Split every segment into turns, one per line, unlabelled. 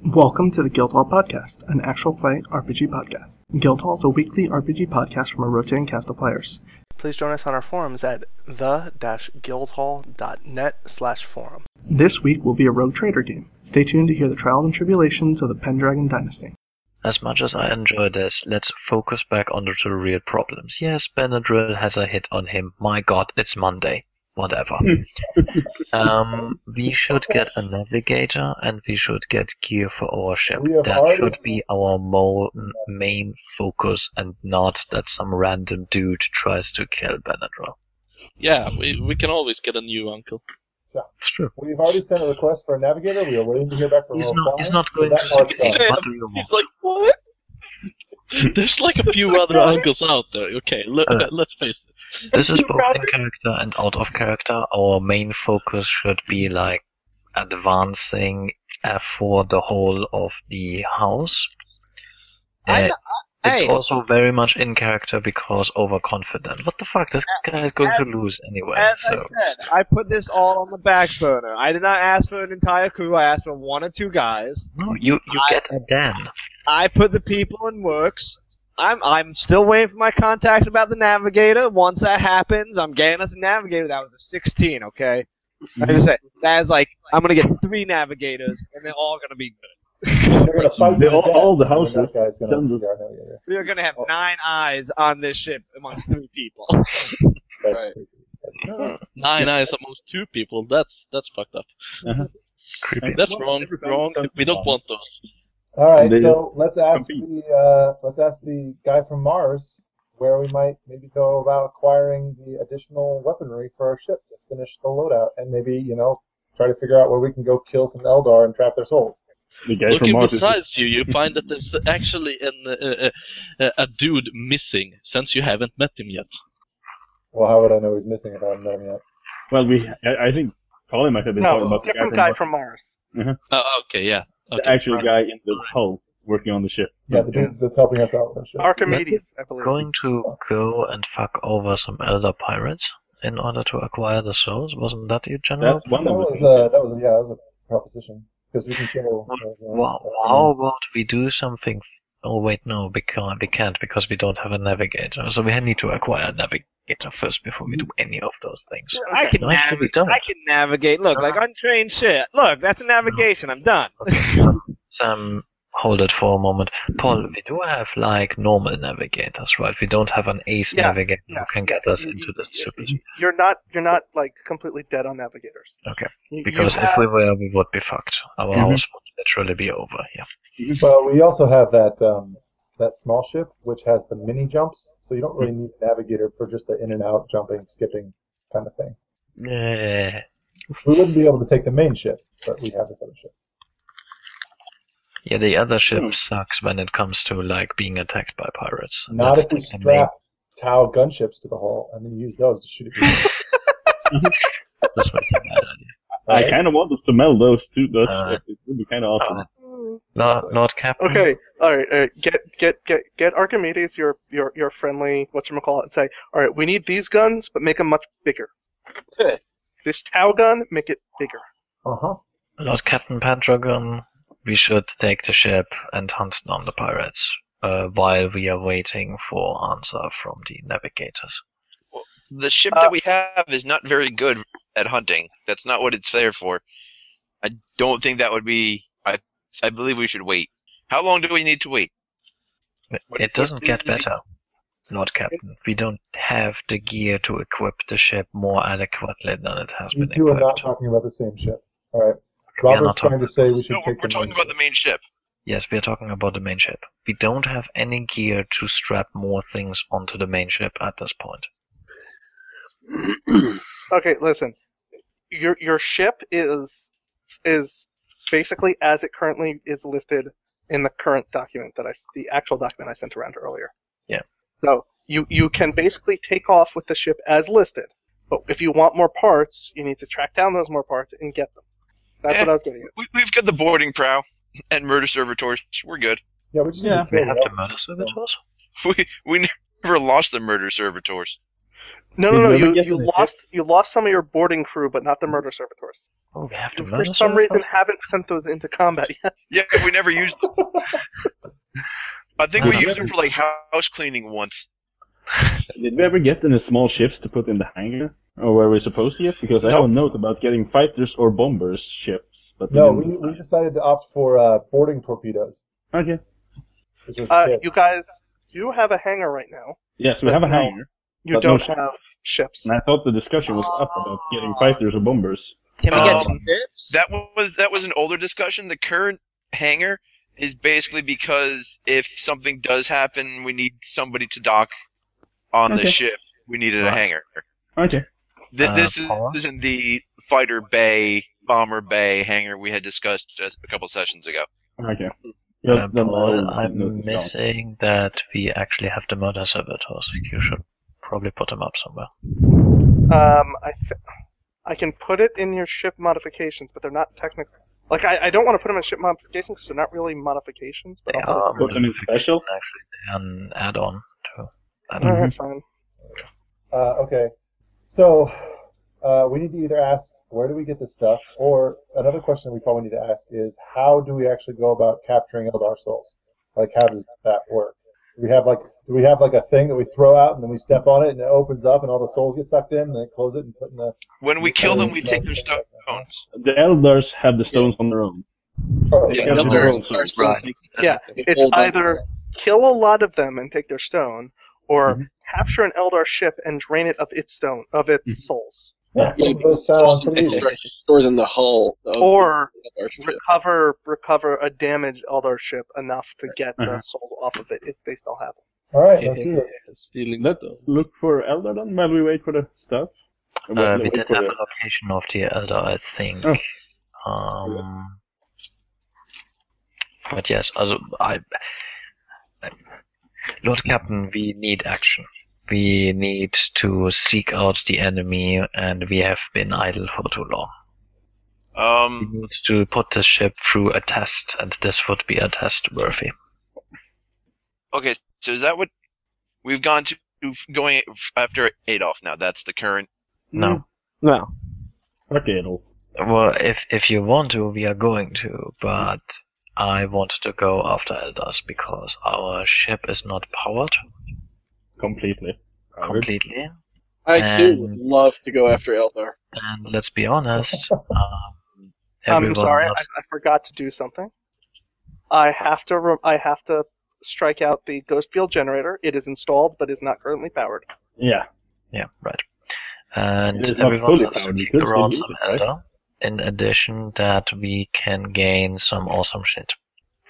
Welcome to the Guildhall Podcast, an actual play RPG podcast. Guildhall is a weekly RPG podcast from a rotating cast of players.
please join us on our forums at the-guildhall.net slash forum.
This week will be a rogue trader game. Stay tuned to hear the trials and tribulations of the Pendragon Dynasty.
As much as I enjoy this, let's focus back onto the real problems. Yes, Benadryl has a hit on him. My god, it's Monday. Whatever. um, we should get a navigator and we should get gear for our ship.
We have
That
already-
should be our mo- m- main focus and not that some random dude tries to kill Benadryl.
Yeah, we, we can always get a new uncle.
It's true.
We've already sent a request for a navigator. We are waiting to hear back from
He's
Rogue
not,
Five,
he's not
so
going
that
to
part's
succeed.
done.
Sam.
What do you want?
He's like, what? There's like a few other uncles out there. Okay, let,
Uh-huh.
Uh.
let's face it.
This is both in character and out of character. Our main focus should be like advancing uh, for the whole of the house.
I
Uh,
know,
it's
hey,
also very much in character because overconfident. What the fuck? This guy is going
as-
to lose anyway.
as
so
I said, I put this all on the back burner. I did not ask for an entire crew. I asked for one or two guys.
no, you you
I-
get a Dan.
I put the people in works. I'm I'm still waiting for my contact about the navigator. Once that happens, I'm getting us a navigator. That was a 16, okay?
Mm-hmm.
I just said that is like I'm gonna get three navigators, and they're all gonna be good.
They're gonna fight
They-
to
all-
death,
all the
and that
houses
guy's gonna
send
be
us-
our navigator.
We are gonna have
Oh.
nine eyes on this ship amongst three people.
That's
Right.
creepy. That's- no, no,
Nine eyes amongst two people. That's that's fucked up.
Creepy.
That's
Well,
wrong.
everybody
Wrong.
sounds
We don't
wrong.
want those.
All right,
They
so let's ask
compete.
the uh, let's ask the guy from Mars where we might maybe go about acquiring the additional weaponry for our ship to finish the loadout, and maybe you know try to figure out where we can go kill some Eldar and trap their souls.
The guy from
Looking
Mars is
besides you, you find that there's actually an, uh, uh, uh, a dude missing since you haven't met him yet.
Well, how would I know he's missing if I haven't met him yet?
well. We I, I think Colin might have been talking
No,
about
different
the
guy
guy
from Mars.
Oh, okay, yeah.
Mars,
Okay.
Mm-hmm. the actual guy in the hull working on the ship.
Yeah, the dudes that's helping us out with this ship.
Archimedes, I believe.
Going to go and fuck over some elder pirates in order to acquire the souls. Wasn't that your general?
That's one
that
of the
was
things.
uh, that was yeah, that was a proposition because we can kill. uh,
Well, how about we do something? Oh wait, no, we can't. We can't because we don't have a navigator. So we need to acquire a navigator first before we do any of those things.
I can
No, actually, we
navigate.
don't.
I can navigate. Look, like
Uh-huh.
untrained shit. Look, that's a navigation. I'm done.
Sam, Sam, hold it for a moment. Paul,
Mm-hmm.
we do have like normal navigators, right? We don't have an ace
Yes,
navigator
yes,
who can
yes.
get us
You-
into
you-
this super.
You're not you're not like completely dead on navigators.
Okay.
You- you
Because if
have- Mm-hmm.
we were, we would be fucked. Our
Mhm.
house would literally be over. Yeah.
Well, we also have that um, that small ship which has the mini jumps, so you don't really need a navigator for just the in and out jumping, skipping kind of thing.
Yeah.
We wouldn't be able to take the main ship, but we have this other ship.
Yeah, the other ship
Hmm.
sucks when it comes to like being attacked by pirates.
Not
That's
if we
like the main
strap Tau gunships to the hull and then use those to shoot at people.
This was a bad idea.
I kind of want us to meld those two. That
Uh,
it would be kind of awesome.
Lord, Lord Captain.
Okay, all right, all right. Get get get get Archimedes, your your your friendly whatchamacallit, and say, all right, we need these guns, but make them much bigger. this Tau gun, make it bigger.
Uh huh.
Lord Captain Pendragon, we should take the ship and hunt down the pirates uh, while we are waiting for answer from the navigators.
the ship
Uh,
that we have is not very good at hunting. That's not what it's there for. I don't think that would be. I I believe we should wait. How long do we need to wait?
It doesn't get better, Lord Captain. We don't have the gear to equip the ship more adequately than it has
You
been
two are
equipped.
not talking about the same ship. All right.
We are
Robert's
not
trying to say we should
No, we're,
take
we're
the main
talking about the main ship.
Yes, we are talking about the main ship. We don't have any gear to strap more things onto the main ship at this point.
Okay, listen. Your your ship is is basically as it currently is listed in the current document that I s- the actual document I sent around earlier.
Yeah.
So you you can basically take off with the ship as listed, but if you want more parts, you need to track down those more parts and get them. That's what I was getting at.
We, we've got the boarding prow and murder servitors. We're good.
Yeah, we just need
Yeah.
to
We
clear
have
it
the
up.
murder servitors?
We we never lost the murder servitors.
No,
Did
no, no.
you ever
You
get
you
in the ship?
lost you lost some of your boarding crew, but not the murder servitors.
Oh, we have the
You,
murder
for some reason,
servitors?
haven't sent those into combat yet.
Yeah, we never used them. I think we
Uh-huh.
used them for like house cleaning once.
Did we ever get any small ships to put in the hangar? Or were we supposed to yet? Because I have a note about getting fighters or bombers ships. But
No,
we
we,
didn't
we decided to opt for uh, boarding torpedoes.
decide. Okay.
Which is
Uh,
shit.
you guys do have a hangar right now.
Yes, we have a
No.
hangar.
You
But no
don't
ship.
have ships.
And I thought the discussion was up about getting
Uh,
fighters or bombers.
Can we
Um,
get some tips?
That was that was an older discussion. The current hangar is basically because if something does happen, we need somebody to dock on
Okay.
the ship. We needed a
Right.
hangar.
Okay.
Th-
Uh,
this
Paula?
is, isn't the fighter bay, bomber bay hangar we had discussed just a couple sessions ago.
Okay.
Uh,
then
Paul,
I'll note
I'm
it down.
missing that we actually have the murder servitors. You should probably put them up somewhere.
Um, I th- I can put it in your ship modifications, but they're not technical. Like I, I don't want to put them in ship modifications because they're not really modifications. But
They
I'll
are
Put them in special? Mm-hmm.
actually an add-on to. I don't
put it-
know.
Alright, fine.
Uh, okay. So uh, we need to either ask where do we get this stuff, or another question we probably need to ask is how do we actually go about capturing Eldar souls? Like, how does that work? Do we have like do we have like a thing that we throw out and then we step on it and it opens up and all the souls get sucked in and then close it and put in the
When we
Yeah,
kill them,
I
we
don't
take their
know.
stones.
The elders have the stones on their own.
oh,
They
Yeah,
can't do
elders
their own
are
stones.
right.
They-
Yeah, It's either kill a lot of them and take their stone, or
Mhm.
capture an Eldar ship and drain it of its stone, of its
Mhm.
souls,
yeah,
Yeah,
those sound pretty easy.
Store them in the hull. Of
or
the other ship.
recover recover a damaged Eldar ship enough to get the
Uh-huh.
souls off of it if they still have them.
All right, let's do this.
Stealing
Let's
stuff.
look for elder then while we wait for the stuff.
Uh,
While
we
wait
did
for
have
the- Oh.
a location of the elder, I think. Um, but yes, also I, Lord Captain, we need action. We need to seek out the enemy, and we have been idle for too long. We
Um,
need to put the ship through a test, and this would be a test worthy.
okay, so is that what we've gone to? Going after Adolf now. That's the current.
No.
no.
Fuck Adolf.
Well, if if you want to, we are going to, but I wanted to go after Eldars because our ship is not powered
Completely. Robert.
completely.
I too would
And-
love to go after Eldar.
And let's be honest, um,
I'm
everyone
sorry, I,
loves-
I forgot to do something. I have to re- I have to strike out the ghost field generator. It is installed but is not currently powered.
Yeah.
yeah, right. And
It is not
everyone
fully
loves to
powered, you
kick
could still
around
use
some
it, right?
elder. In addition, that we can gain some awesome shit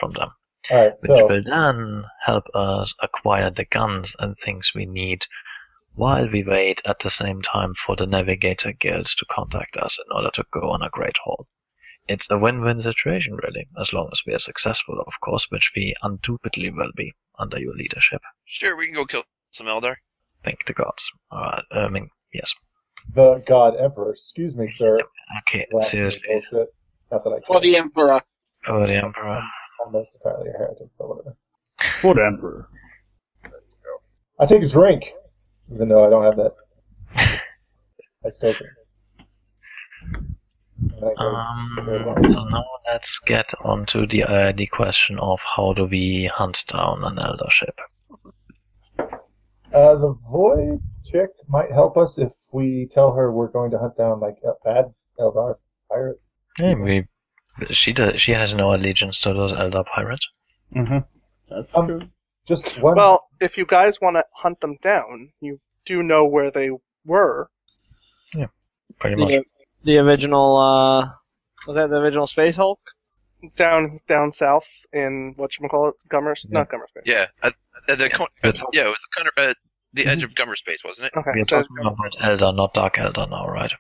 from them,
All right,
which
so
will then help us acquire the guns and things we need, while we wait at the same time for the navigator guilds to contact us in order to go on a great haul. It's a win-win situation, really, as long as we are successful, of course, which we undoubtedly will be under your leadership.
Sure, we can go kill some Eldar.
Thank the gods. Alright, I mean, yes.
the God Emperor, excuse me, sir.
Okay,
Blasphemy
seriously.
bullshit. Not that I
For
care. Uh,
the Emperor.
Oh, the Emperor.
Almost entirely a heretic, but whatever.
For the emperor.
I take a drink, even though I don't have that. I still drink. And I go-
Um, so now let's get on to the, uh, the question of how do we hunt down an eldership.
Uh, the void chick might help us if we tell her we're going to hunt down like a bad Eldar pirate.
Yeah, we, she, does, she has no allegiance to those elder pirates.
Mm-hmm. That's
Um,
true.
Just one.
Well, if you guys want to hunt them down, you do know where they were.
Pretty
The, the original, uh, was that the original Space Hulk?
Down, down south in what you call it, Gummers, not Gummers. Bay.
Yeah, at, at the co- at- yeah, it was kind of at the edge of Gummer Space, wasn't it?
We are talking about Elder, not Dark Elder now, right?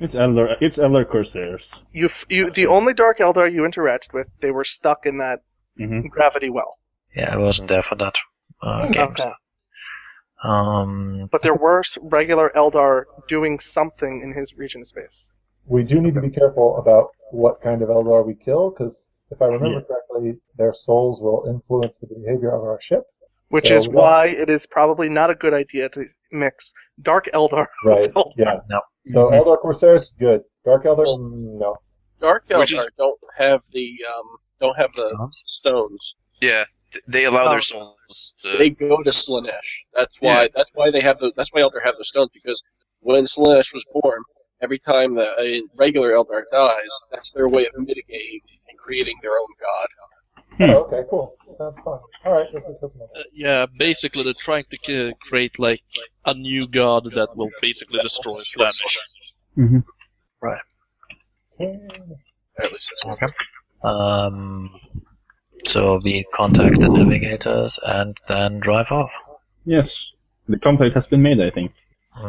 It's Elder. It's Elder Corsairs.
You, f- you, the only Dark Eldar you interacted with, they were stuck in that
Mm-hmm.
gravity well.
Yeah, I wasn't there for that uh, game.
Okay.
Um,
But there were s- regular Eldar doing something in his region of space.
We do need to be careful about what kind of Eldar we kill, because if I remember correctly, their souls will influence the behavior of our ship.
Which
So
is
we-
why it is probably not a good idea to mix Dark Eldar
Right.
with Eldar.
Yeah.
no.
So
Mm-hmm.
Eldar Corsairs, good. Dark Eldar, mm, no.
Dark
Which
Eldar don't have the um, don't have the
Stones?
stones.
Yeah, th- they allow
Oh.
their souls
Uh,
to.
They go to Slanesh. That's why.
Yeah.
That's why they have the. That's why Eldar have the stones because when Slanesh was born, every time the a regular Eldar dies, that's their way of mitigating and creating their own god.
hmm.
Oh, okay, cool. Sounds fun. All right, let's make this one.
Uh, yeah, basically they're trying to c- create like a new god that will basically destroy Slamish.
Mm-hmm.
At least that's
okay. Um, so we contact the navigators and then drive off.
Yes, the contact has been made. I think.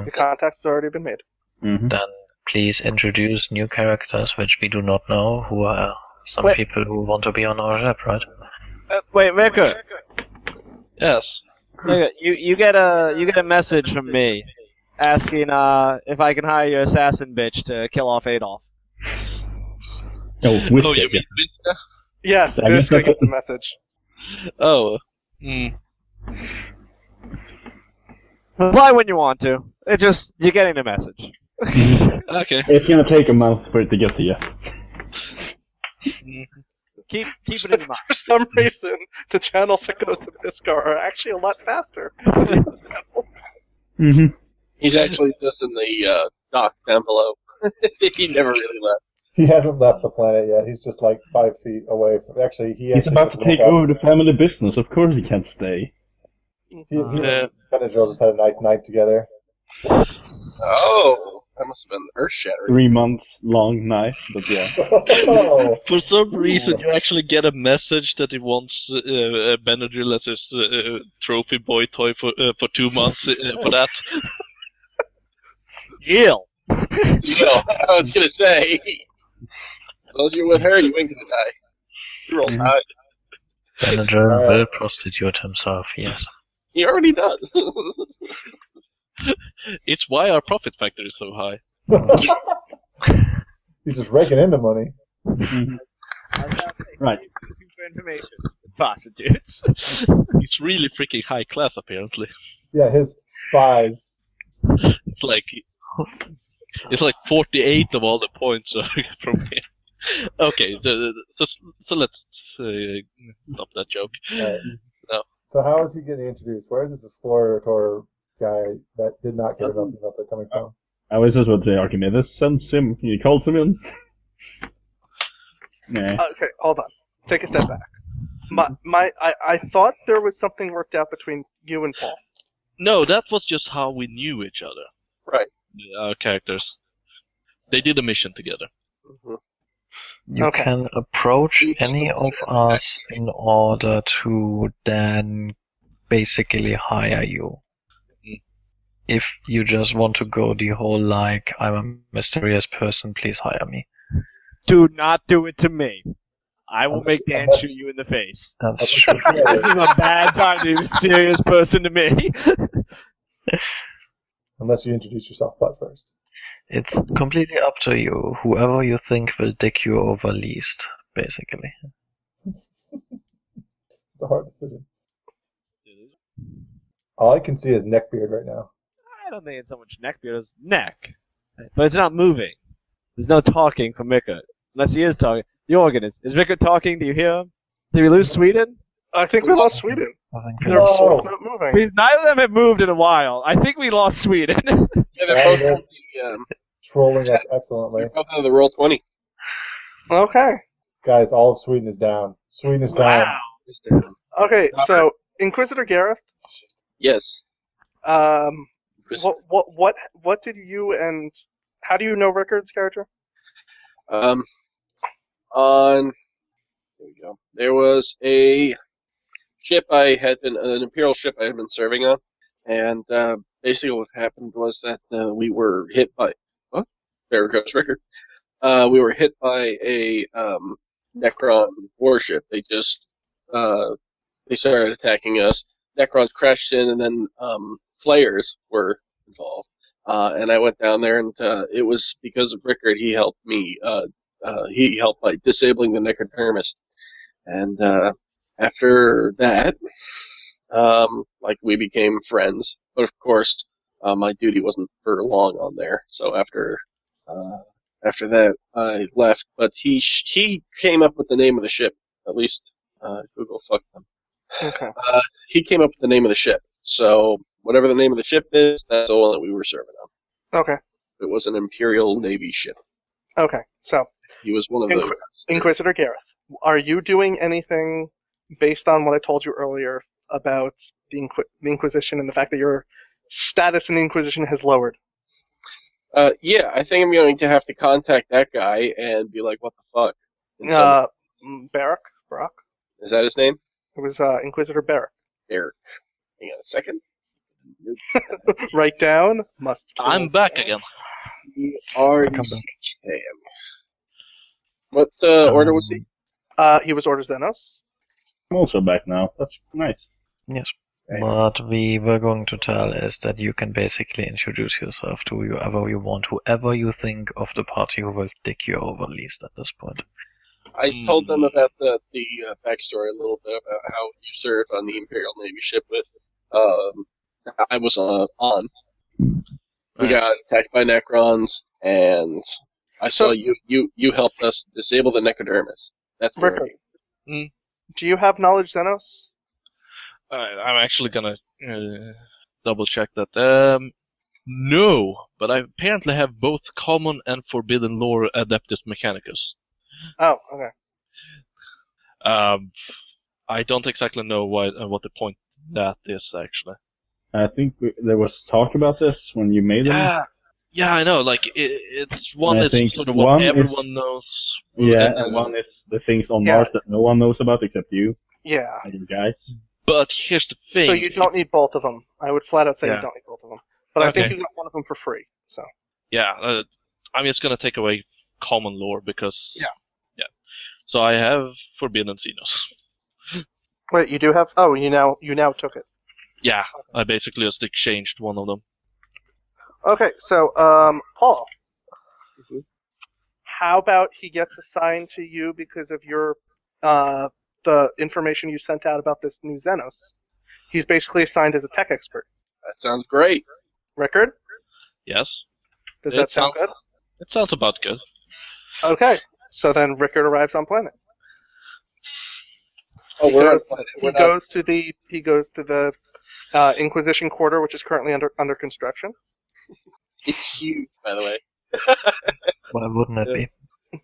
The contact's already been made.
Mm-hmm.
Then please introduce new characters which we do not know, who are some
Wait.
people who want to be on our ship, right?
Uh, wait, Ricker,
Yes.
Ricker, you you get a you get a message from me asking uh, if I can hire your assassin bitch to kill off Adolf.
Oh, whisk
oh, you
it.
mean Vinska?
Yes,
I guess
this guy
that's-
gets the message.
Oh. Mm.
Reply when you want to. It's just you're getting a message.
Okay.
It's gonna take a month for it to get to you.
Keep keep it in mind.
For some reason, the channels that goes to Iskar are actually a lot faster.
Mm-hmm.
He's actually just in the uh, dock down below. he never really left.
He hasn't left the planet yet. He's just like five feet away. From, actually, he
He's
actually
about
just
to take
woke up.
over the family business. Of course, he can't stay.
He, he
Uh-huh.
Yeah.
and Benadryl just had a nice night together.
Oh, that must have been earth shattering.
Three months long night, but yeah.
Oh,
For some reason, you actually get a message that he wants uh, uh, Benadryl as his uh, uh, trophy boy toy for uh, for two months uh, for that.
Deal.
Yeah, I was gonna say. As long as you're with her, you ain't gonna die. You roll high.
Manager
Alright.
will prostitute himself, yes.
He already does.
It's why our profit factor is so high.
he's just raking in the money.
Mhm. Right.
For information. Prostitutes.
It's really freaking high class, apparently.
Yeah, his spies.
It's like it's like 48 of all the points are from here. Okay, so, so, so let's uh, stop that joke. Uh,
Right.
No.
So how is he getting introduced? Where is this exploratory guy that did not get enough email they're coming from?
I was just about to say Archimedes sends him. He calls him in. Nah.
Okay, hold on. Take a step back. My, my, I, I thought there was something worked out between you and Paul.
No, that was just how we knew each other. Uh,
Right.
Our characters. They did a mission together.
Mhm.
You
Okay.
can approach
You can
any of
approach
us in order to then basically hire you.
Mm.
If you just want to go the whole like, I'm a mysterious person, please hire me.
Do not do it to me. I will make Dan shoot you in the face.
That's true.
This is a bad time to be a mysterious person to me.
Unless you introduce yourself butt first.
It's completely up to you. Whoever you think will dick you over least, basically.
It's a hard decision. All I can see is neckbeard right now.
I don't think it's so much neck beard as neck. But it's not moving. There's no talking from Rickard. Unless he is talking. The organ is. Is Rickard talking? Do you hear him? Did we lose Sweden?
I think we lost Sweden.
I think
They're
we'll-
Oh.
both not moving.
We, neither of them have moved in a while. I think we lost Sweden.
Yeah, they're both on the, um,
Trolling us excellently.
they're both on the roll twenty.
Okay.
Guys, all of Sweden is down. Sweden is down.
Okay, so Inquisitor Gareth,
Yes.
um,
Inquisitor.
what, what, what, what did you and how do you know Rickard's character?
Um, on there we go. There was a ship I had been an imperial ship I had been serving on, and uh, basically what happened was that uh, we were hit by oh, there goes Rickard. Uh, we were hit by a um, Necron warship. They just uh, they started attacking us. Necrons crashed in, and then um, flayers were involved. Uh, and I went down there, and uh, it was because of Rickard. He helped me. Uh, uh, he helped by disabling the Necrodermis. And uh, after that, um, like we became friends. But of course, uh, my duty wasn't for long on there. So after uh, after that, I left. But he sh- he came up with the name of the ship. At least uh, Google fucked them.
Okay.
Uh, he came up with the name of the ship. So whatever the name of the ship is, that's the one that we were serving on.
Okay.
It was an Imperial Navy ship.
Okay. So,
He was one of
Inqui-
those.
Inquisitor Gareth, are you doing anything based on what I told you earlier about the, Inqui- the Inquisition and the fact that your status in the Inquisition has lowered?
Uh, yeah, I think I'm going to have to contact that guy and be like, "What the fuck?" And so-
Uh, mm, Barak? Barak?
is that his name?
It was uh, Inquisitor Barak.
Eric. Hang on a second.
Write down. Must. kill.
I'm back again.
R
Come back.
What uh, order was he?
Um, Uh, he was Order Zenos.
I'm also back now. That's nice.
Yes. What we were going to tell is that you can basically introduce yourself to whoever you want, whoever you think of the party who will dick you over least at this point.
I told them about the the uh, backstory a little bit about how you served on the Imperial Navy ship with. Um, I was uh, on. We got attacked by Necrons, and I saw you. You you helped us disable the Necrodermis. That's where
Rickard.
Mm.
Do you have knowledge Zenos?
Alright, I'm actually gonna uh, double check that. Um, no, but I apparently have both common and forbidden lore adeptus mechanicus.
Oh, okay.
Um, I don't exactly know why uh, what the point that is actually.
I think we, there was talk about this when you made them.
Yeah, Ah, yeah, I know. Like it, it's one
I
is
think
sort of what
one is-
everyone knows.
Yeah,
and-
and one is the things on
Yeah.
Mars that no one knows about except you
Yeah.
and you guys.
But here's the thing.
So you don't need both of them. I would flat out say you
Yeah.
don't need both of them. But I think
Okay.
you got one of them for free. So.
Yeah, uh, I'm just gonna take away common lore because
Yeah.
yeah. So I have forbidden Xenos.
Wait, you do have? Oh, you now you now took it.
Yeah, I basically just exchanged one of them.
Okay, so um, Paul,
Mhm.
how about he gets assigned to you because of your uh, the information you sent out about this new Xenos? He's basically assigned as a tech expert.
that sounds great.
Record?
Yes,
Does
It
that sound
sounds- it sounds about good.
good? Okay. So then Rickard arrives on planet.
Oh,
He
we're on
goes-
planet.
He
We're not-
goes to the he goes to the uh, Inquisition quarter, which is currently under under construction.
It's huge, by the way.
Why wouldn't it be?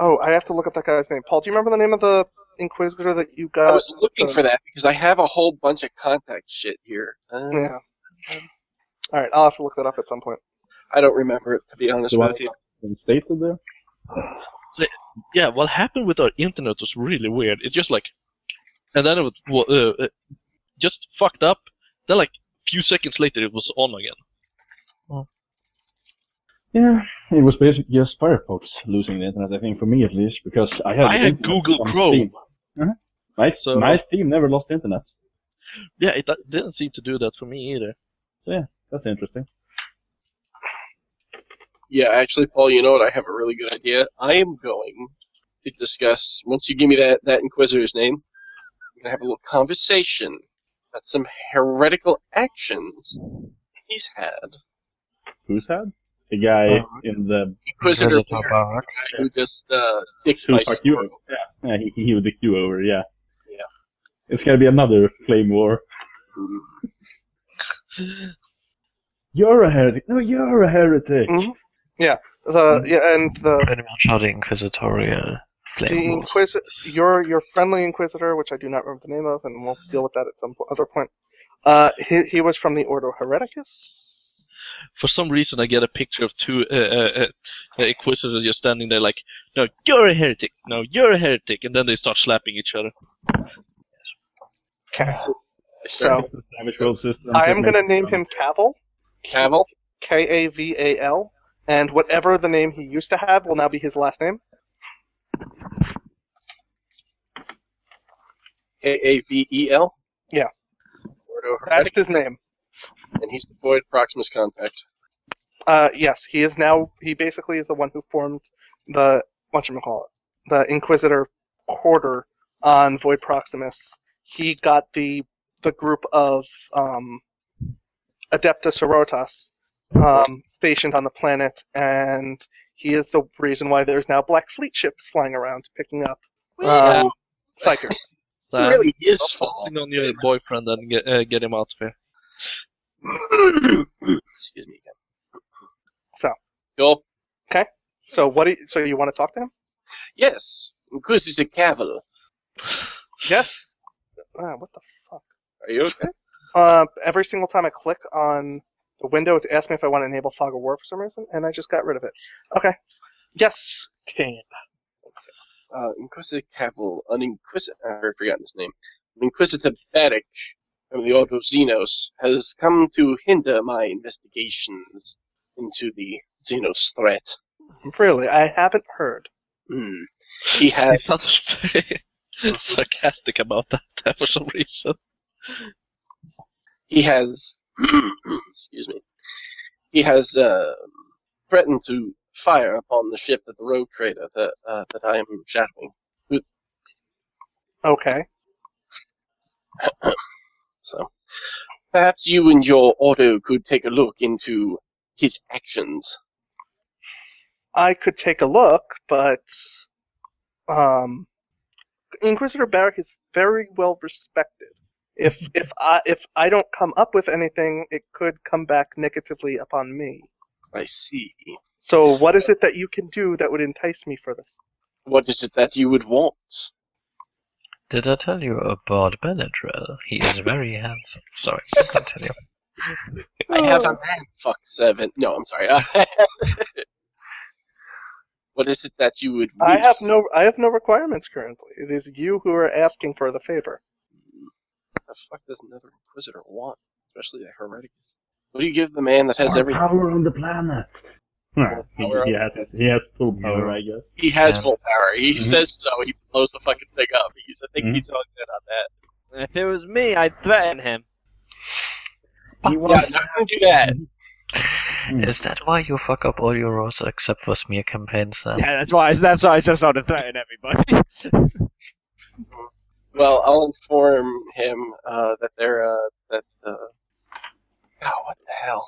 Oh, I have to look up that guy's name. Paul, do you remember the name of the Inquisitor that you got?
I was looking
uh,
the-
for that because I have a whole bunch of contact shit here. Uh,
Yeah. All right, I'll have to look that up at some point.
I don't remember it to be honest
The one
with you.
in stated there.
Yeah, what happened with our internet was really weird. It's just like, and then it was wa- uh, uh, just fucked up. Then like a few seconds later, it was on again.
Yeah, it was basically just Firefox losing the internet. I think for me at least because I had
I
the
had
internet
Google
on
Chrome.
Steam. Uh-huh. My
So-
my Steam never lost internet.
Yeah, it do- didn't seem to do that for me either.
So yeah, that's interesting.
Yeah, actually, Paul, you know what? I have a really good idea. I am going to discuss once you give me that that inquisitor's name. We're gonna have a little conversation about some heretical actions he's had.
Who's had the guy
Uh,
in the
Inquisitor,
Visitor
Barak,
Barak.
the guy who just uh, dicked
who
my
fucked you
squirrel.
over? Yeah, yeah, he he would dick you over. Yeah.
Yeah.
It's gonna be another flame war.
Mm.
You're a heretic. No, you're a heretic.
Mhm. Yeah. The yeah, and the
Pretty much how the Inquisitorial
The inquisi- your your friendly inquisitor, which I do not remember the name of, and we'll deal with that at some po- other point. Uh, he he was from the Ordo Hereticus.
For some reason, I get a picture of two uh, uh, uh, inquisitors just standing there, like, "No, you're a heretic. No, you're a heretic," and then they start slapping each other.
So I am going to name him Cavil.
Cavil.
K A V A L, and whatever the name he used to have will now be his last name.
K A V E L.
Yeah.
Ordo
That's his name.
And he's deployed Proximus Contact.
Uh, yes, he is now. He basically is the one who formed the whatchamacallit, the Inquisitor quarter on Void Proximus. He got the the group of um, Adepta Sororitas um, stationed on the planet, and he is the reason why there's now Black Fleet ships flying around picking up um, psychers.
Sam,
really is
stop focusing on your boyfriend and get uh, get him out of here.
Excuse me.
So.
Cool.
Okay. So what? Do you, so you want to talk to him?
Yes. Inquisitor Cavil.
Yes. Uh, what the fuck?
Are you okay?
Uh, every single time I click on the window, it's asking me if I want to enable Fog of War for some reason, and I just got rid of it. Okay. Yes. Kane.
Uh, Inquisitor Cavil, an Inquisitor. I've forgotten his name. Inquisitor Baddock of the Ordo Xenos has come to hinder my investigations into the Xenos threat.
Really, I haven't heard.
Hmm. He has.
sounds very sarcastic about that for some reason.
he has excuse me he has uh, threatened to fire upon the ship that the rogue trader that uh, that I am shadowing.
Okay.
So perhaps you and your auto could take a look into his actions.
I could take a look, but um, Inquisitor Barrack is very well respected. If
Mm-hmm.
if I if I don't come up with anything, it could come back negatively upon me.
I see.
So what is it that you can do that would entice me for this?
What is it that you would want?
Did I tell you about Benadryl? He is very handsome. Sorry, I can't tell you.
I have
Oh.
a man fuck servant. No, I'm sorry. what is it that you would?
I
wish?
have no I have no requirements currently. It is you who are asking for the favor.
What the fuck does another inquisitor want, especially a hereticus? What do you give the man that has
More
everything?
Um,
power on the planet. Huh, he,
power
he
on
has he has full power, I guess.
He has
Yeah.
full power. He
Mhm.
says so. He blows the fucking thing up. He's, I think
Mhm.
he's all good on that.
If it was me, I'd threaten him.
He
Yeah,
wants.
no, don't do that.
Hmm.
Is that why you fuck up all your roles except for smear campaigns, Sam?
Yeah, that's why. That's why I just want to threaten everybody.
Well, I'll inform him uh, that they're uh, that. Uh... God, what the hell?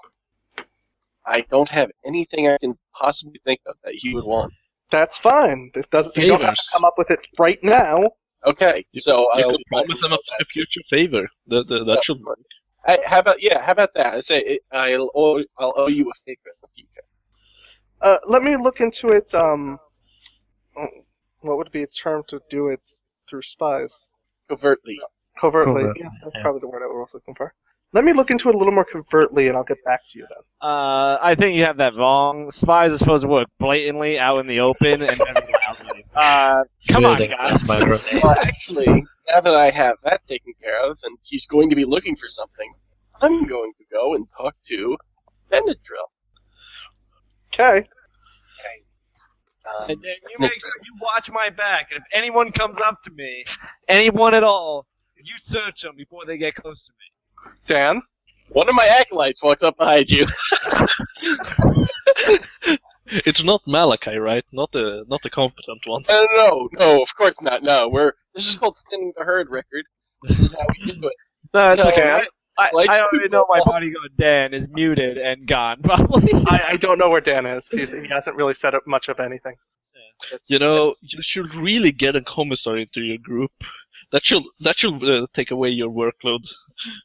I don't have anything I can possibly think of that he would want.
That's fine. This doesn't you don't have to
Favors.
come up with it right now.
Okay, so
You
I'll
could promise him a, a future favor. That, that,
Yeah.
that should work.
I, how about yeah? How about that? I say it, I'll owe, I'll owe you a favor in the future.
Uh, let me look into it. Um, oh, what would be a term to do it through spies?
covertly.
Covertly.
Covertly,
yeah, that's
yeah.
probably the word I was looking for. Let me look into it a little more covertly, and I'll get back to you then.
Uh, I think you have that wrong. Spies are supposed to work blatantly out in the open and never loudly. Uh, come on,
Wielding
guys.
my grenade.
Well, actually, now that I have that taken care of, and he's going to be looking for something, I'm going to go and talk to Benadryl.
Okay.
Um,
And then you make sure you watch my back, and if anyone comes up to me, anyone at all, you search them before they get close to me.
Dan.
one of my acolytes walks up behind you.
It's not Malachi, right? Not the not the competent one.
no, no, no, of course not. No, we're this is called thinning the herd record. This is how we do it.
No, it's
No,
okay. I, I,
like-
I already know my bodyguard Dan is muted and gone, probably.
I, I don't know where Dan is. He's, he hasn't really set up much of anything.
You know, you should really get a commissar into your group. That should that should uh, take away your workload.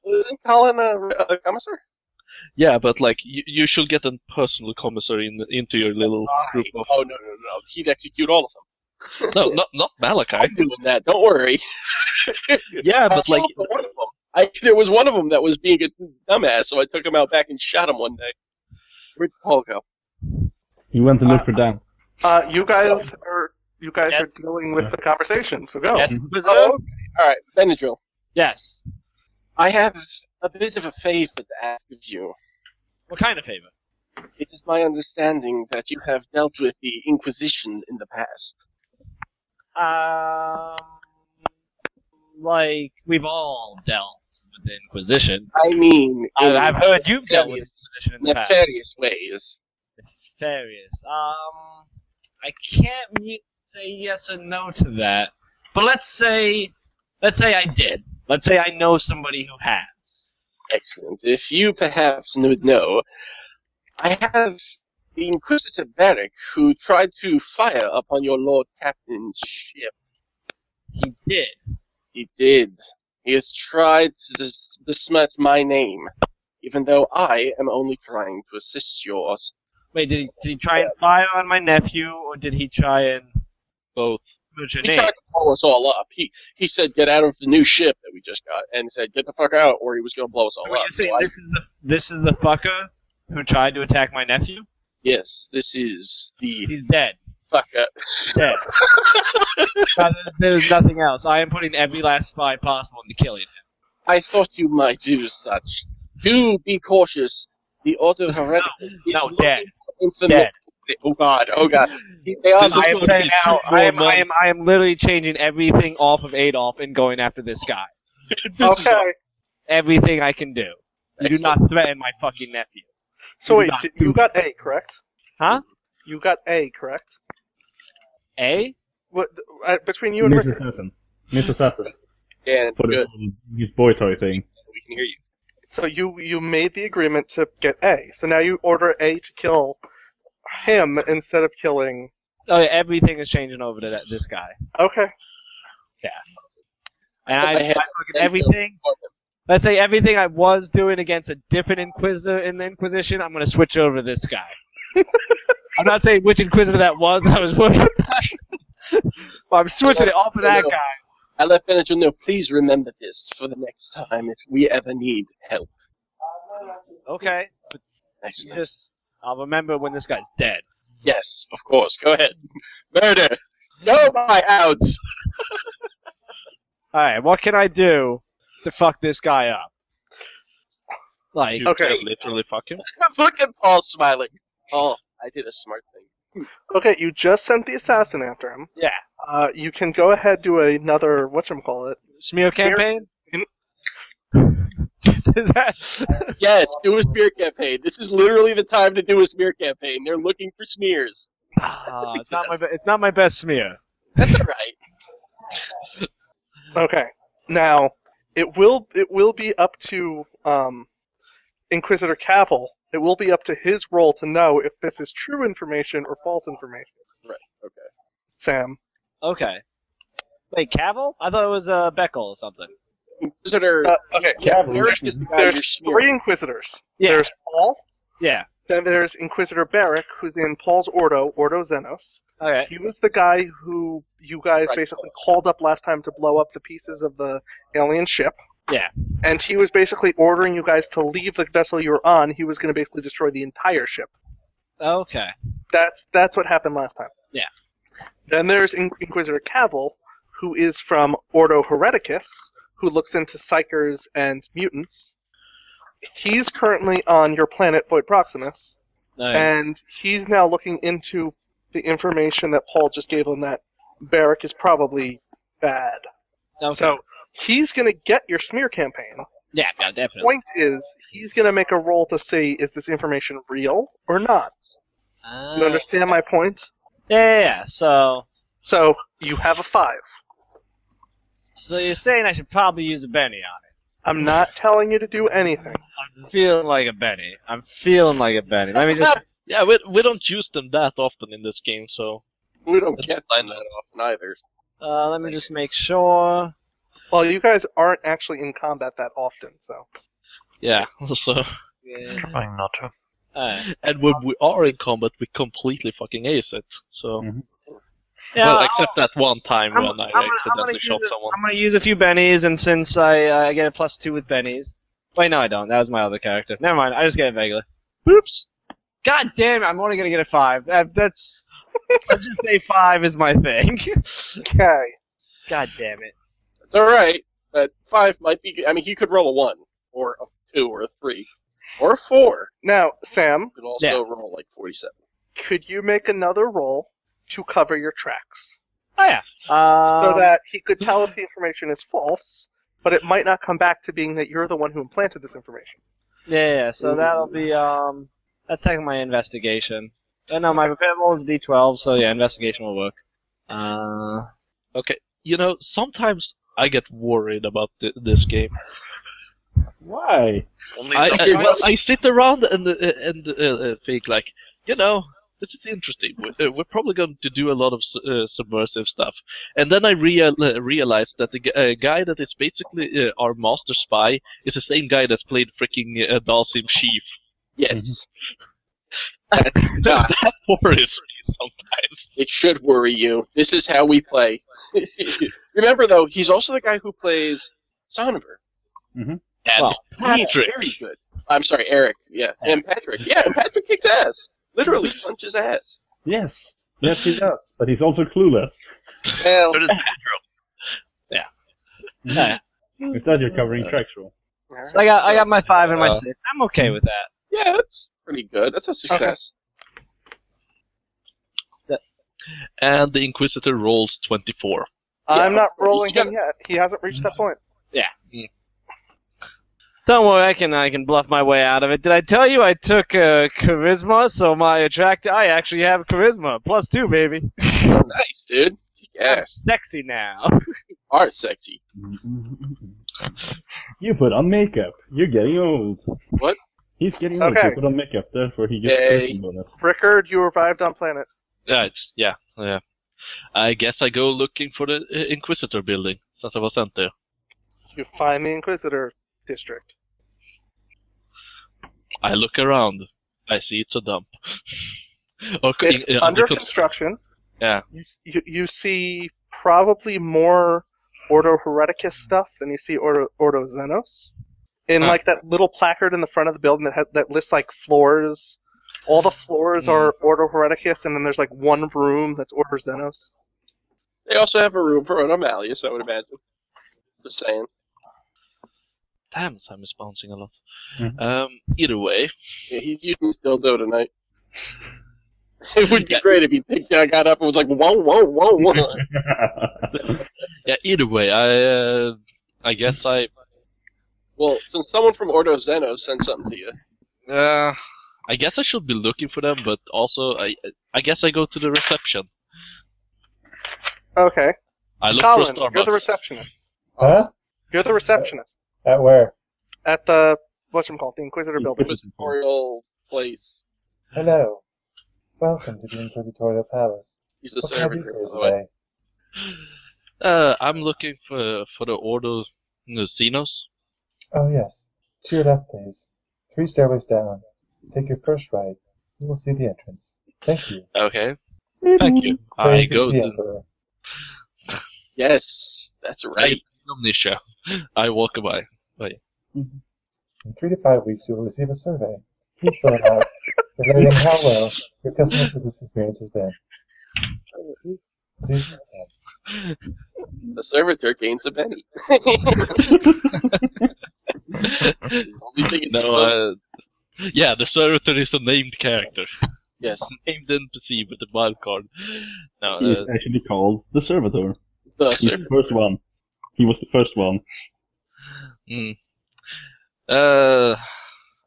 Isn't uh, Colin a, a commissar?
Yeah, but like you, you should get a personal commissar in, into your little group of
Oh no, no, no, no! He'd execute all of them.
No, not not Malachi.
I'm doing that. Don't worry.
yeah, but like-
one of them. I, there was one of them that was being a dumbass, so I took him out back and shot him one day. Where'd Paul go?
He went to look for Dan.
Uh, you guys are you guys are dealing with the conversation, so go.
Um,
Mm-hmm.
Yes, Oh, okay. All right, Benadryl.
Yes.
I have a bit of a favor to ask of you.
What kind of favor?
It is my understanding that you have dealt with the Inquisition in the past.
Um, like we've all dealt with the Inquisition.
I mean,
I,
in
I've heard you've dealt with the
nefarious-
Inquisition in the past.
nefarious ways.
Nefarious. Um, I can't really say yes or no to that, but let's say, let's say I did. Let's say I know somebody who has.
Excellent. If you perhaps would know, I have the Inquisitor Barrick who tried to fire upon your Lord Captain's ship.
He did.
He did. He has tried to dis- besmirch my name, even though I am only trying to assist yours.
Wait, did he, did he try and fire on my nephew, or did he try and
both?
Your
He
name?
tried to blow us all up. He he said, "Get out of the new ship that we just got," and said, "Get the fuck out," or he was going to blow us all
So what
up.
you're saying?
So I-
This is the this is the fucker who tried to attack my nephew.
yes, this is the
He's dead.
fucker.
Dead. Uh, there's, there's nothing else. I am putting every last spy possible into killing him.
I thought you might do such. Do be cautious. The Order of Hereticus
No,
is
dead.
infamous.
Dead.
Oh God! Oh God! They are
I am
the-
saying now. I am, I am. I am literally changing everything off of Adolf and going after this guy.
okay.
Everything I can do. You do not threaten my fucking nephew.
So
You
wait,
not
did, you got A, correct?
Huh?
You got A, correct?
A?
What uh, between you and
Miss
Rickard?
Assassin. Miss Assassin.
Yeah,
For the, his boy toy thing.
We can hear you.
So you you made the agreement to get A. So now you order A to kill him instead of killing.
Oh, yeah, everything is changing over to that, this guy.
Okay.
Yeah. And I,
I
I,
had-
fucking everything. Let's say everything I was doing against a different inquisitor in the Inquisition, I'm gonna switch over to this guy. I'm not saying which inquisitor that was. I was working. but I'm switching it off of that guy.
I let Benadryl know. Please remember this for the next time if we ever need help.
Okay.
Excellent.
Yes. I'll remember when this guy's dead.
Yes, of course. Go ahead. Murder. No, my house.
All right. What can I do to fuck this guy up? Like,
You can literally fuck him.
Look at Paul smiling. Paul, I did a smart thing.
Okay, you just sent the assassin after him.
Yeah.
Uh, you can go ahead do another what you call it
smear campaign.
yes, do a smear campaign. This is literally the time to do a smear campaign. They're looking for smears.
Ah, it's not my. Be- it's not my best smear.
That's all right.
Okay. Now it will it will be up to um, Inquisitor Cavil. It will be up to his role to know if this is true information or false information.
Right. Okay.
Sam.
Okay. Wait, Cavill? I thought it was uh, Beckel or something.
Inquisitor.
Uh, okay.
Cavil.
There's,
Just the guy you're
there's
smearing.
three Inquisitors.
Yeah.
There's Paul.
Yeah.
Then there's Inquisitor Barrick, who's in Paul's Ordo, Ordo Xenos.
Okay.
He was the guy who you guys
Right.
basically called up last time to blow up the pieces of the alien ship.
Yeah.
and he was basically ordering you guys to leave the vessel you were on. He was going to basically destroy the entire ship.
Okay.
That's that's what happened last time.
Yeah.
Then there's In- Inquisitor Cavil, who is from Ordo Hereticus, who looks into psychers and mutants. He's currently on your planet Void Proximus,
Alright.
and he's now looking into the information that Paul just gave him that Barrick is probably bad.
Okay.
So he's going to get your smear campaign
yeah, no, definitely.
point is he's going to make a roll to see is this information real or not.
Ah.
You understand my point?
Yeah, yeah, yeah. So,
So you have a five.
so you're saying I should probably use a Benny on it?
I'm not telling you to do anything.
I'm feeling like a Benny. I'm feeling like a Benny. Let me just.
Yeah, we we don't use them that often in this game, so
We don't get that often either.
Uh, let me just make sure.
Well, you guys aren't actually in combat that often, so
yeah. So
Yeah.
Trying not to.
Alright.
Mm-hmm.
and when we are in combat, we completely fucking ace it. So
Yeah,
well, except that one time
I'm-
when I
I'm gonna- I'm
accidentally
gonna
shot
use it-
someone.
I'm gonna use a few bennies, and since I uh, get a plus two with bennies, wait, no, I don't. That was my other character. Never mind. I just get a regular. Oops. God damn it! I'm only gonna get a five. That, that's let's just say five is my thing.
Okay.
God damn it.
It's all right, but five might be. I mean, he could roll a one, or a two, or a three, or a four.
Now, Sam,
Could also
Yeah.
roll like forty-seven.
could you make another roll to cover your tracks?
Oh yeah. Um,
so that he could tell if the information is false, but it might not come back to being that you're the one who implanted this information.
Yeah, yeah. So that'll be um. That's taking my investigation. Uh, no, my repair roll is D12, so yeah, investigation will work. Uh,
okay. You know, sometimes I get worried about th- this game.
Why?
Only
I, I,
sometimes.
well, I sit around and uh, and uh, uh, think like, you know, this is interesting. We're, uh, we're probably going to do a lot of su- uh, subversive stuff, and then I real, uh, realized that the g- uh, guy that is basically uh, our master spy is the same guy that's played freaking uh, Dalsim Chief.
Yes.
that worries me sometimes.
It should worry you. This is how we play. Remember, though, he's also the guy who plays Soniver.
Mm-hmm.
And
Well,
Patrick.
Very good. I'm sorry, Eric. Yeah, and Patrick. Yeah, and Patrick kicks ass. Literally punches ass.
Yes. Yes, he does. But he's also clueless.
Well,
So does Pedro.
Yeah.
Is that your covering
Uh.
tracks rule?
so I got I got my five and my
Uh,
six. I'm okay with that.
yeah, that's pretty good. That's a success.
And the Inquisitor rolls twenty-four.
I'm not
but
rolling
he's got
him yet. He hasn't reached that point.
Don't worry, I can I can bluff my way out of it. Did I tell you I took uh, charisma? So my attract I actually have charisma plus two, baby.
Nice, dude. Kick
I'm
ass.
sexy now.
Are sexy.
You put on makeup. You're getting old.
What?
He's getting old.
Okay.
You put on makeup, therefore he gets
Yay.
person bonus.
Rickard, you arrived on planet.
Yeah, it's, yeah, yeah. I guess I go looking for the uh, Inquisitor building since I was sent there.
You find the Inquisitor district.
I look around. I see it's a dump. or, co-
It's
in- uh,
under
con-
construction.
Yeah.
You, s- you, you see probably more Ordo Hereticus stuff than you see Ordo, Ordo Xenos. In
Huh.
like that little placard in the front of the building that has, that lists like floors. All the floors
Hmm.
Mm.
are Ordo Hereticus, and then there's like one room that's Ordo Xenos.
They also have a room for Onomalius, I would imagine. Just saying.
Damn, Sam is bouncing a lot.
Mhm.
Um, either way,
Yeah, he's using his dildo tonight. It would be great if he picked, uh, got up and was like, whoa, whoa, whoa, whoa.
yeah, either way, I, uh, I guess I,
well, since someone from Ordo Xenos sent something to you,
uh, I guess I should be looking for them, but also I, I guess I go to the reception.
Okay.
I look
Colin,
for Starbucks.
you're the receptionist.
Huh?
You're the receptionist
At where?
at the whatchamacallit, the Inquisitor building.
Oriole place.
Hello. Welcome to the Inquisitorial Palace.
He's a
What can I do
servitor,
for
by
you
the way.
today?
uh, I'm looking for for the Ordo Xenos.
Oh yes. To your left, please. Three stairways down. Take your first right. You will see the entrance. Thank you.
Okay. Thank you. I
Praise
go
the
to
Emperor.
Yes, that's right.
Omnisha. I walk by.
In three to five weeks, you will receive a survey. Please fill it out, relating how well your customer service experience has been. Please,
The servitor gains a penny. Only thing it
no,
does-
uh, yeah, the servitor is a named character,
yes,
named NPC with a wild card. No,
He's
uh,
actually called the servitor.
the
He's
servitor.
the first one. He was the first one.
mm. uh,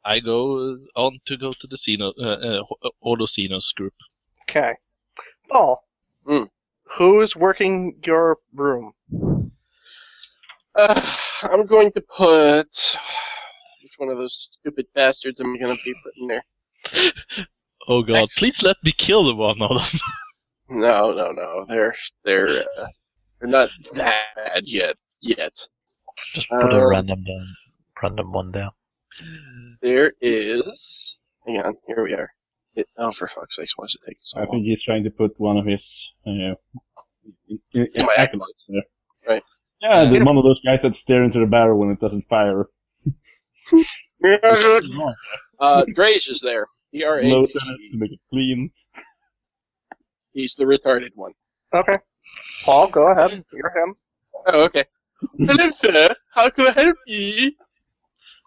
I go on to go to the Xeno, uh, uh, Ho- Ordo Xenos group.
Okay. Paul,
Hmm.
who's working your room?
Uh, I'm going to put. Which one of those stupid bastards am I going to be putting there?
Oh God, please let me kill the one of them.
No, no, no. They're they're uh, they're not that bad yet. Yet
Just put a
Uh,
Um,
random down, random one there.
there is. Hang on. Here we are. It, oh, for fuck's sake, why does it take so
I
long?
think he's trying to put one of his, uh,
In my
acolytes there.
Right.
Yeah,
Get
the,
him.
one of those guys that stare into the barrel when it doesn't fire.
uh, Drage is there. E R A
Low
G
to
E.
make it clean.
He's the retarded one.
Okay. Paul, go ahead. You're him.
Oh, okay. Hello, sir. How can I help you?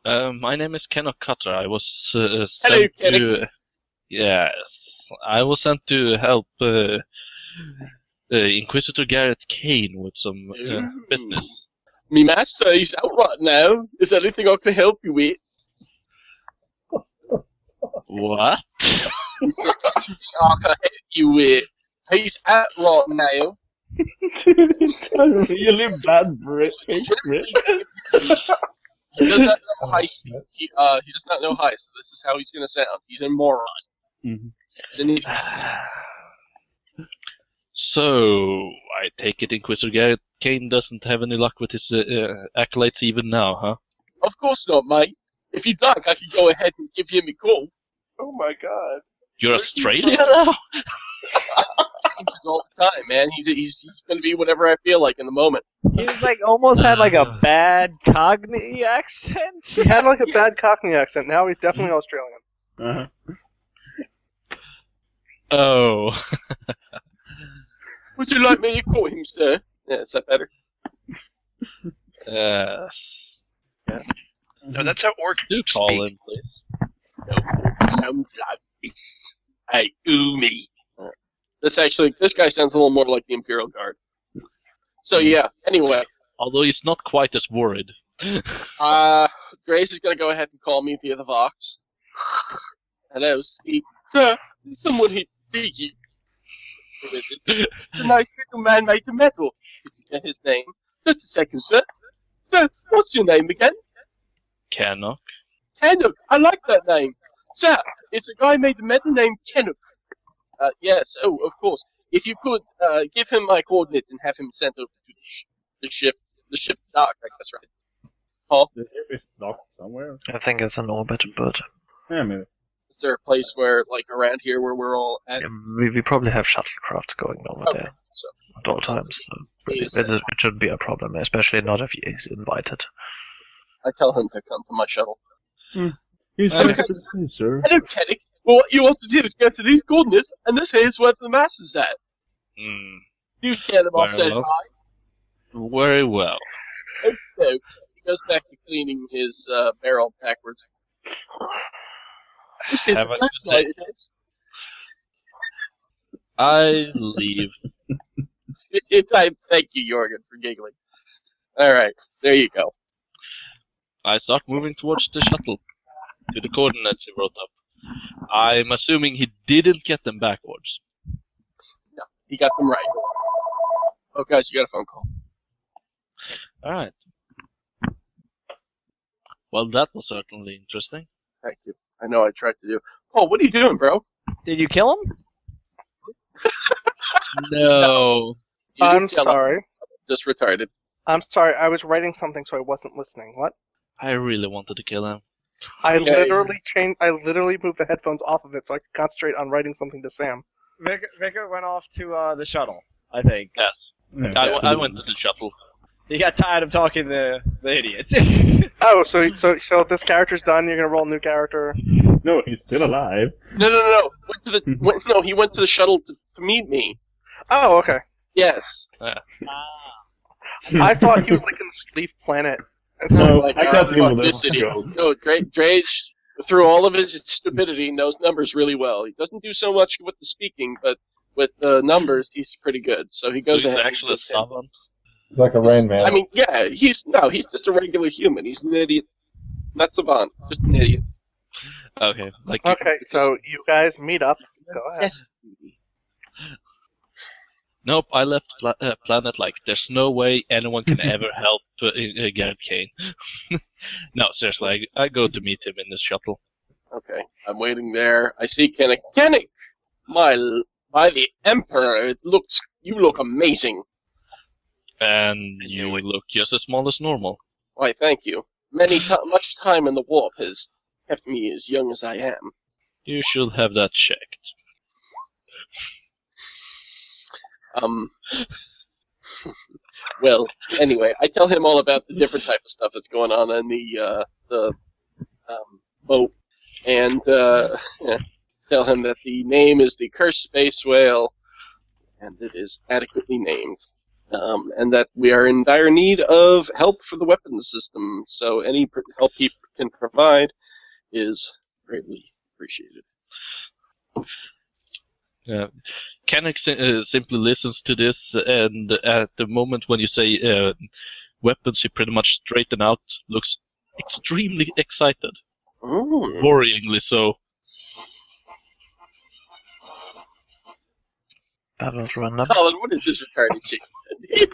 Uh, my name is Kenneth Cutter. I was uh, sent
Hello, Kenneth.
to. Yes, I was sent to help uh, uh, Inquisitor Garrett Kane with some uh,
Ooh.
business.
Me master is out right now. Is there anything I can help you with?
What?
Is there anything I can help you with? He's out right now.
really bad Brit. Brit.
He does not know how he's, he, uh, he does not know high, so this is how he's gonna sound. He's a moron.
Mhm.
He's an idiot.
So I take it Inquisitor Garrett Kane doesn't have any luck with his uh, uh, acolytes even now, huh?
Of course not, mate. If you'd like, I could go ahead and give him a call.
Oh my god.
You're
Where's he
Australia
from?
now?
Changes all the time, man. He's he's he's gonna be whatever I feel like in the moment.
He was like almost had like a bad Cogni accent.
He had like a bad Cockney accent. Now he's definitely Australian.
Uh-huh.
Oh,
Would you like me to call him, sir? Yeah, is that better?
yes.
No, that's how orc
Do call him, please.
Sounds like it's a Umi. Uh, This actually, this guy sounds a little more like the Imperial Guard. So yeah. Anyway,
Although he's not quite as worried.
uh, Grace is gonna go ahead and call me via the Vox. Hello, speak. Sir, there's someone here to see you. Who is it? It's a nice little man made of metal. Did you get his name? Just a second, sir. Sir, what's your name again?
Cannot.
Kenuk. I like that name. Sir, it's a guy made the meta name Kenuk. Uh, yes, oh, of course. If you could uh, give him my coordinates and have him sent over to the, sh- the ship, the ship dock, I guess, right?
The ship is docked somewhere.
I think it's an orbit, but
Yeah, maybe.
Is there a place where, like, around here where we're all at?
we, we probably have shuttlecrafts going over
Okay,
there
so-
at all times. So
He
it,
is,
it,
uh,
it shouldn't be a problem, especially not if he's invited.
I tell him to come to my shuttle.
He's
Okay.
very good, sir.
Hello, Kenuk. Well, what you want to do is go to these coordinates, and this here's where the master's at.
Hmm.
You tell him I
Very
said
well.
hi.
Very well.
So, he goes back to cleaning his uh, barrel backwards. This is
Have
a
a
black
good day.
light, it is.
I leave.
I thank you, Jorgen, for giggling. All right, there you go.
I start moving towards the shuttle to the coordinates he wrote up. I'm assuming he didn't get them backwards.
You got them right. Oh, guys, you got a phone call.
All right. Well, that was certainly interesting.
Thank you. I know I tried to do. Oh, what are you doing, bro?
Did you kill him?
No.
You
I'm
yell-
sorry.
Just retarded.
I'm sorry. I was writing something, so I wasn't listening. What?
I really wanted to kill him.
I
Okay.
literally changed. I literally moved the headphones off of it so I could concentrate on writing something to Sam.
Vic, Vicar went off to uh, the shuttle. I think
Yes.
Yeah,
I, w- I went to the shuttle.
he got tired of talking to the idiots.
Uh,
Oh, so so so this character's done. You're gonna roll a new character.
No, he's still alive.
No, no, no, no. Went to the. went, no, he went to the shuttle to, to meet me.
Oh, okay.
Yes.
I thought he was like in Leaf Planet.
No,
Like,
I
uh,
can't deal
fuck
with
this
this.
idiot. No, Dra- Drage, through all of his stupidity, knows numbers really well. He doesn't do so much with the speaking, but with the numbers, he's pretty good. So he
So
goes
he's
ahead. and
actually a
gives him-
savant.
He's like a Rain Man.
I mean, yeah, he's no, he's just a regular human. He's an idiot, not savant, just an idiot.
Okay. Like
Okay, so you guys meet up. Go ahead.
Nope, I left pla- uh, planet like there's no way anyone can ever help uh, uh, Garrett Kane. no, seriously, I, I go to meet him in the shuttle.
Okay, I'm waiting there. I see Kennick. Kennick, my l- by the Emperor, it looks you look amazing.
And you look just as small as normal.
Why, thank you. Many ti much time in the warp has kept me as young as I am.
You should have that checked.
Um. well, anyway, I tell him all about the different type of stuff that's going on on the uh, the um, boat, and uh, tell him that the name is the cursed space whale, and it is adequately named, um, and that we are in dire need of help for the weapons system. So any pr- help he can provide is greatly appreciated.
Uh, Kennex uh, simply listens to this, and at the moment when you say uh, weapons, he pretty much straighten out, looks extremely excited, Oh. worryingly so.
Battles run up.
Colin, what is this retarded shit?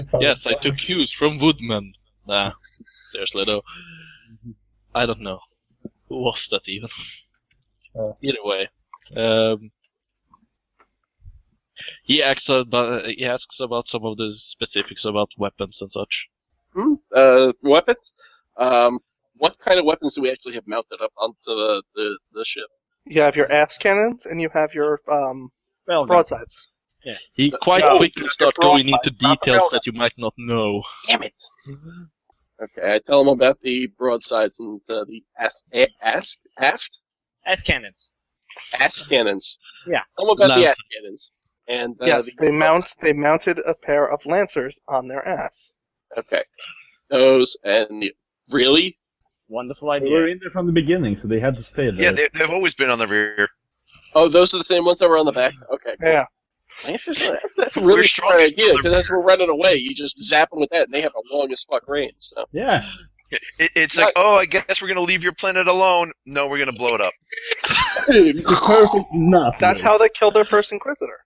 yes, I took cues from Woodman. Nah, there's Leto. I don't know. Who was that even?
Uh.
Either way, um, he asks about he asks about some of the specifics about weapons and such.
Hmm? Uh, weapons? Um, what kind of weapons do we actually have mounted up onto the, the, the ship?
You have your ass cannons and you have your um,
Well,
broadsides.
He quite
no,
quickly
it's
starts
a
going
broadside,
into
not a
details
railgun.
that you might not know.
Damn it! Okay, I tell them about the broadsides and uh, the ass, a, ass, aft?
As cannons.
Ass cannons.
Yeah.
Tell them about the
Lancer.
ass cannons. And, uh,
yes,
the-
they mount. They mounted a pair of lancers on their ass.
Okay. Those and the, really?
Wonderful
They were
idea.
in there from the beginning, so they had to stay there.
Yeah, they, they've always been on the rear.
Oh, those are the same ones that were on the back? Okay.
Yeah.
Lancers? That's- That's a really
strong
smart
as
idea,
other-
because as we're running away, you just zap them with that, and they have the longest fuck range, so.
yeah.
It, it's like, oh, I guess we're gonna leave your planet alone. No, we're gonna blow it up.
The perfect nut.
That's how they killed their first inquisitor.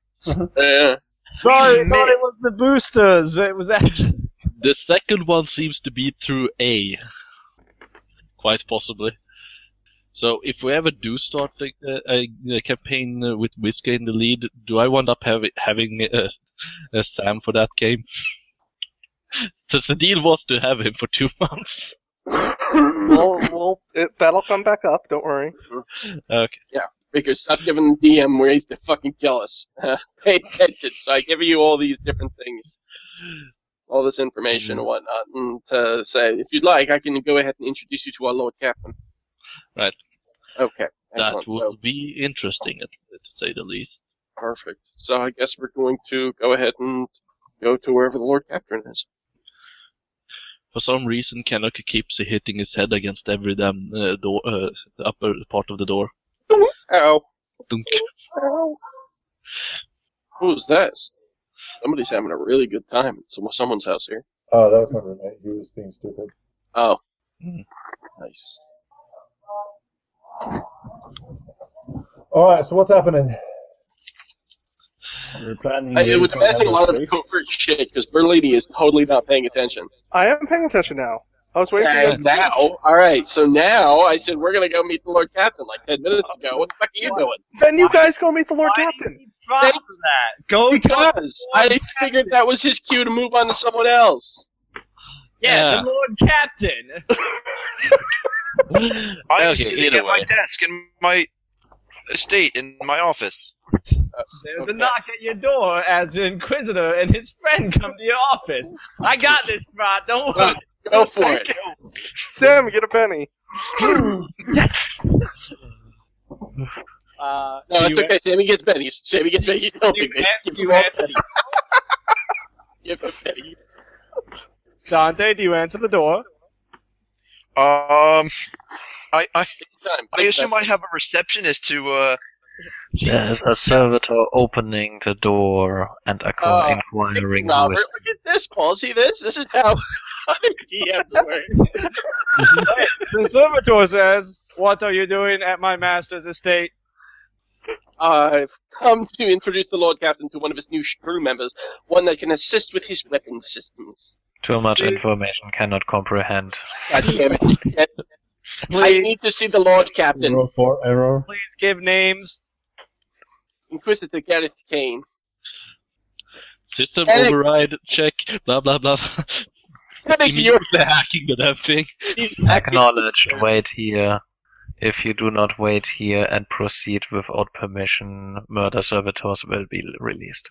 Yeah.
Sorry, I
Man.
thought it was the boosters. It was actually.
The second one seems to be through A, quite possibly. So if we ever do start a, a, a campaign uh, with Whisker in the lead, do I wind up have, having uh a Sam for that game? Since the deal was to have him for two months.
we'll, we'll, it, that'll come back up. Don't worry.
Okay.
Because stop giving the DM ways to fucking kill us. Pay attention. So I give you all these different things, all this
Mm-hmm.
information and whatnot, and to say, if you'd like, I can go ahead and introduce you to our Lord Captain.
Right.
Okay.
That
Excellent.
would
So
be interesting, at, to say the least.
perfect. So I guess we're going to go ahead and go to wherever the Lord Captain is.
For some reason, Kenok keeps hitting his head against every damn uh, door, uh, upper part of the door.
Ow.
Dunk.
Ow. Who's this? Somebody's having a really good time at some- someone's house here.
Oh, that was my roommate. He was being stupid.
Oh.
Hmm.
Nice.
All right, so what's happening?
They were planning
I, it would
to
imagine
have
a lot of
breaks.
covert shit because Berlady is totally not paying attention.
I am paying attention now. I was waiting for you. guys
And now, all right, so now Oh, I said we're gonna go meet the Lord Captain like ten minutes ago. What the fuck are you doing?
Then you guys go meet the Lord
Why
Captain.
did you drop
They-
that? Go talk.
Because I figured that was his cue to move on to someone else.
Yeah, the
Yeah.
Lord Captain.
I am
Okay,
sitting
either
at my
way.
desk in my estate in my office.
There's
Okay.
a knock at your door as the Inquisitor and his friend come to your office. I got this, Brad. Don't worry.
Go for it.
Sam, get a penny.
yes. Uh,
No,
do
it's
you-
okay. Sammy gets pennies. Sammy gets pennies. Don't
do
be
you
mad.
have-
Give
do you
him all
have-
pennies. Give him pennies.
Dante, do you answer the door?
Um, I I,
Time.
I assume I have a receptionist to uh.
There's a servitor opening the door and ac-
Oh,
inquiring who
Robert,
is.
look at this, Paul. See this? This is how DMs work.
The servitor says, "What are you doing at my master's estate?"
I've come to introduce the Lord Captain to one of his new crew members, one that can assist with his weapon systems.
Too much
Please.
information cannot comprehend.
God damn it. I
Please,
need to see the Lord Captain,
Error for error.
please give names.
Inquisitor Gareth Kane.
System
Kennex-
override check, blah blah blah.
Kennex, you're
Immediately hacking the damn thing.
He's
Acknowledged. Wait here. If you do not wait here and proceed without permission, murder servitors will be released.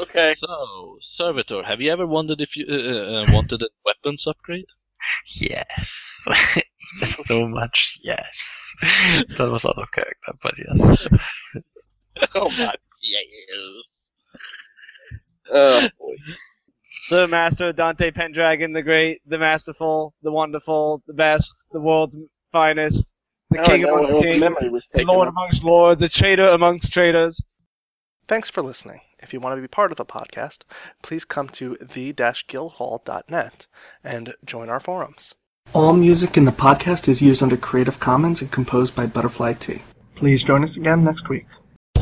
Okay.
So, servitor, have you ever wondered if you uh, uh, wanted a weapons upgrade?
Yes. so much yes. That was out of character, but yes.
So much. Yes. Oh, boy.
So, Master Dante Pendragon, the great, the masterful, the wonderful, the best, the world's finest, the
Now I
king
know
amongst
where
kings,
memory was
the
taken.
lord amongst lords, the traitor amongst traitors.
Thanks for listening. If you want to be part of the podcast, please come to the-guildhall.net and join our forums. All music in the podcast is used under Creative Commons and composed by Butterfly T. Please join us again next week.